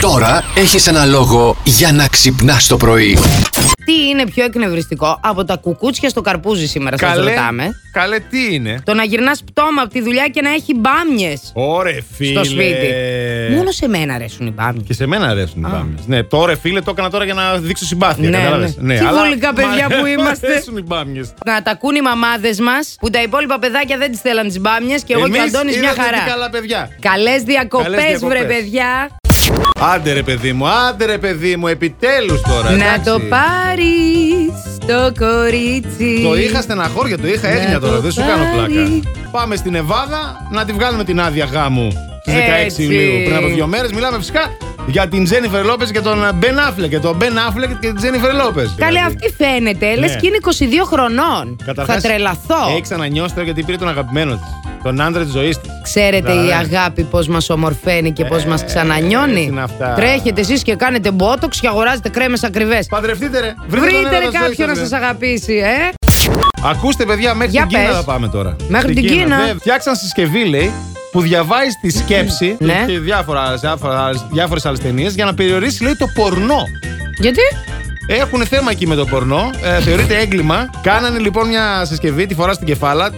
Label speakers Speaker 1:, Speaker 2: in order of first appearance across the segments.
Speaker 1: Τώρα έχεις ένα λόγο για να ξυπνάς το πρωί.
Speaker 2: Τι είναι πιο εκνευριστικό από τα κουκούτσια στο καρπούζι σήμερα, σας ρωτάμε.
Speaker 3: καλέ, τι είναι.
Speaker 2: Το να γυρνάς πτώμα από τη δουλειά και να έχει μπάμιες
Speaker 3: Ωρε φίλε.
Speaker 2: στο σπίτι. Μόνο σε μένα αρέσουν οι μπάμιες.
Speaker 3: Ε. Και σε μένα αρέσουν οι
Speaker 2: Α.
Speaker 3: μπάμιες. Ναι, το ωρε φίλε το έκανα τώρα για να δείξω συμπάθεια.
Speaker 2: Ναι,
Speaker 3: κατάλαβες.
Speaker 2: ναι. Τι βούλικα παιδιά
Speaker 3: μ'
Speaker 2: που είμαστε.
Speaker 3: Μ' αρέσουν οι μπάμιες.
Speaker 2: Να τα ακούν οι μαμάδες μας που τα υπόλοιπα παιδάκια δεν τις θέλαν τις μπάμιες και εγώ και ο
Speaker 3: Εμείς
Speaker 2: Αντώνη μια
Speaker 3: είδατε τι
Speaker 2: χαρά.
Speaker 3: καλά παιδιά.
Speaker 2: Καλές διακοπές,
Speaker 3: διακοπές.
Speaker 2: βρε παιδιά.
Speaker 3: Άντε ρε παιδί μου, άντε ρε παιδί μου, επιτέλους τώρα.
Speaker 2: Να
Speaker 3: εντάξει.
Speaker 2: το πάρεις το κορίτσι.
Speaker 3: Το είχα στεναχώρια, το είχα έγνοια
Speaker 2: Να
Speaker 3: τώρα,
Speaker 2: Ναι, το
Speaker 3: δεν σου κάνω
Speaker 2: πάρει.
Speaker 3: πλάκα. Πάμε στην Εβάδα να τη βγάλουμε την άδεια γάμου στις 16
Speaker 2: Έτσι.
Speaker 3: Ιουλίου. Πριν από δύο μέρες μιλάμε φυσικά για την Τζένιφερ Λόπες και τον Μπεν Άφλεκ. Και τον Μπεν Άφλεκ και την Τζένιφερ Δηλαδή, Λόπες.
Speaker 2: Καλέ, αυτή φαίνεται. Λες Λε
Speaker 3: Ναι.
Speaker 2: και είναι 22 χρονών. Θα τρελαθώ.
Speaker 3: Έχει ξανανιώσει τώρα γιατί πήρε τον αγαπημένο της. Τον άντρα της ζωής της.
Speaker 2: Ξέρετε η
Speaker 3: Ναι.
Speaker 2: αγάπη πώς μας ομορφαίνει και πώς
Speaker 3: Ε,
Speaker 2: μας μα ξανανιώνει.
Speaker 3: έτσι είναι αυτά.
Speaker 2: Τρέχετε εσείς και κάνετε μπότοξ και αγοράζετε κρέμες ακριβές.
Speaker 3: Παντρευτείτε ρε. τον
Speaker 2: Βρείτε
Speaker 3: έρωτα
Speaker 2: ρε
Speaker 3: της ζωής ναι.
Speaker 2: κάποιον να
Speaker 3: ρε.
Speaker 2: σα αγαπήσει, ε!
Speaker 3: Ακούστε, παιδιά, μέχρι
Speaker 2: Για
Speaker 3: την Κίνα
Speaker 2: πες.
Speaker 3: θα πάμε τώρα.
Speaker 2: Μέχρι
Speaker 3: Στην
Speaker 2: την Κίνα.
Speaker 3: βέβαια. Φτιάξαν συσκευή, λέει, που διαβάζει τη σκέψη
Speaker 2: Ναι.
Speaker 3: και διάφορα, διάφορα, διάφορες άλλες ταινίες για να περιορίσει, λέει, το πορνό.
Speaker 2: Γιατί?
Speaker 3: Έχουν θέμα εκεί με το πορνό. Ε, θεωρείται έγκλημα. Κάνανε λοιπόν μια συσκευή, τη φορά στην κεφάλα.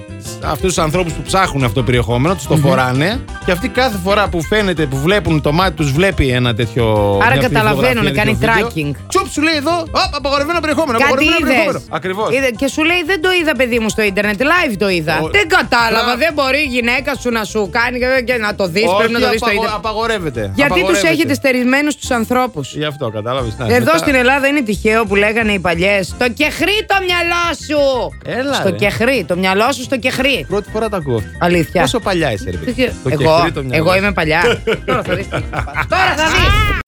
Speaker 3: Αυτούς τους ανθρώπους που ψάχνουν αυτό το περιεχόμενο, τους το φοράνε. Και αυτοί κάθε φορά που φαίνεται, που βλέπουν το μάτι τους, βλέπει ένα τέτοιο.
Speaker 2: Άρα
Speaker 3: μια αυτή
Speaker 2: καταλαβαίνουν,
Speaker 3: φωτογραφία,
Speaker 2: κάνει
Speaker 3: τέτοιο
Speaker 2: tracking.
Speaker 3: βίντεο. Τσουπ, σου λέει εδώ, «Απ, απαγορευμένο περιεχόμενο.
Speaker 2: Κάτι
Speaker 3: απαγορευμένο
Speaker 2: είδες.
Speaker 3: περιεχόμενο. Ακριβώς.
Speaker 2: Και σου λέει δεν το είδα, παιδί μου, στο ίντερνετ. Live το είδα.
Speaker 3: Ο-
Speaker 2: Δεν κατάλαβα.
Speaker 3: Μπράβο.
Speaker 2: Δεν μπορεί η γυναίκα σου να σου κάνει και- και να το δεις.
Speaker 3: Όχι,
Speaker 2: Πρέπει να το δεις στο
Speaker 3: απαγο-
Speaker 2: ίντερνετ.
Speaker 3: Απαγορεύεται.
Speaker 2: Γιατί τους
Speaker 3: Απαγορεύεται.
Speaker 2: έχετε στερισμένου τους ανθρώπους.
Speaker 3: Γι' αυτό, κατάλαβε.
Speaker 2: Εδώ στην Ελλάδα είναι τυχαίο που λέγανε οι παλιές. Το κεχρί το μυαλό σου!
Speaker 3: Έλα,
Speaker 2: στο
Speaker 3: ρε.
Speaker 2: κεχρί, το μυαλό σου στο κεχρί.
Speaker 3: Πρώτη φορά τα ακούω.
Speaker 2: Αλήθεια.
Speaker 3: Πόσο παλιά είσαι, ρε παιδί. Το
Speaker 2: εγώ,
Speaker 3: κεφρί, το μυαλό.
Speaker 2: εγώ είμαι παλιά. Τώρα θα δεις. τι θα πάρεις. Τώρα θα δεις.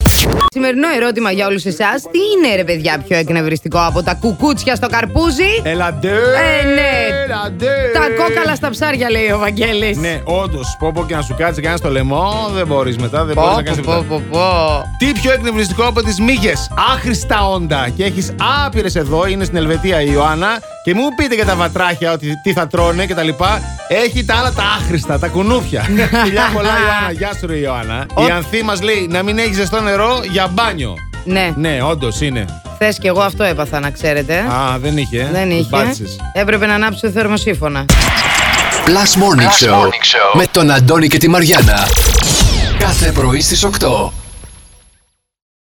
Speaker 2: Σημερινό ερώτημα για όλους εσάς. Τι είναι ρε παιδιά πιο εκνευριστικό από τα κουκούτσια στο καρπούζι,
Speaker 3: Ελαντέ!
Speaker 2: Ε, ναι.
Speaker 3: Ελαντέ!
Speaker 2: τα κόκαλα στα ψάρια λέει ο Βαγγέλης.
Speaker 3: Ε, Ναι, όντως. Πω πω και να σου κάτσει κανένα στο λαιμό, δεν μπορείς μετά. Δεν
Speaker 2: Πω,
Speaker 3: μπορείς να
Speaker 2: πω, πω,
Speaker 3: κάνει
Speaker 2: πω, πω.
Speaker 3: Τι πιο εκνευριστικό από τις μύγες. Άχρηστα όντα. Και έχεις άπειρες εδώ, είναι στην Ελβετία η Ιωάννα. Και μου πείτε για τα βατράχια, ότι τι θα τρώνε και τα λοιπά. Έχει τα άλλα τα άχρηστα, τα κουνούπια. Φιλιά πολλά, Ιωάννα. Γεια σου, ρε Ιωάννα.
Speaker 2: Ο-
Speaker 3: Η Ανθή μας λέει να μην έχει ζεστό νερό για μπάνιο.
Speaker 2: Ναι,
Speaker 3: Ναι, όντως είναι.
Speaker 2: θες και εγώ αυτό έπαθα να ξέρετε.
Speaker 3: Α, δεν είχε. ε.
Speaker 2: Δεν είχε.
Speaker 3: Μπάτσες.
Speaker 2: Έπρεπε να ανάψω θερμοσύφωνα.
Speaker 1: Plus Morning, Show, με τον Αντώνη και τη Μαριάνα. Κάθε πρωί στις 8.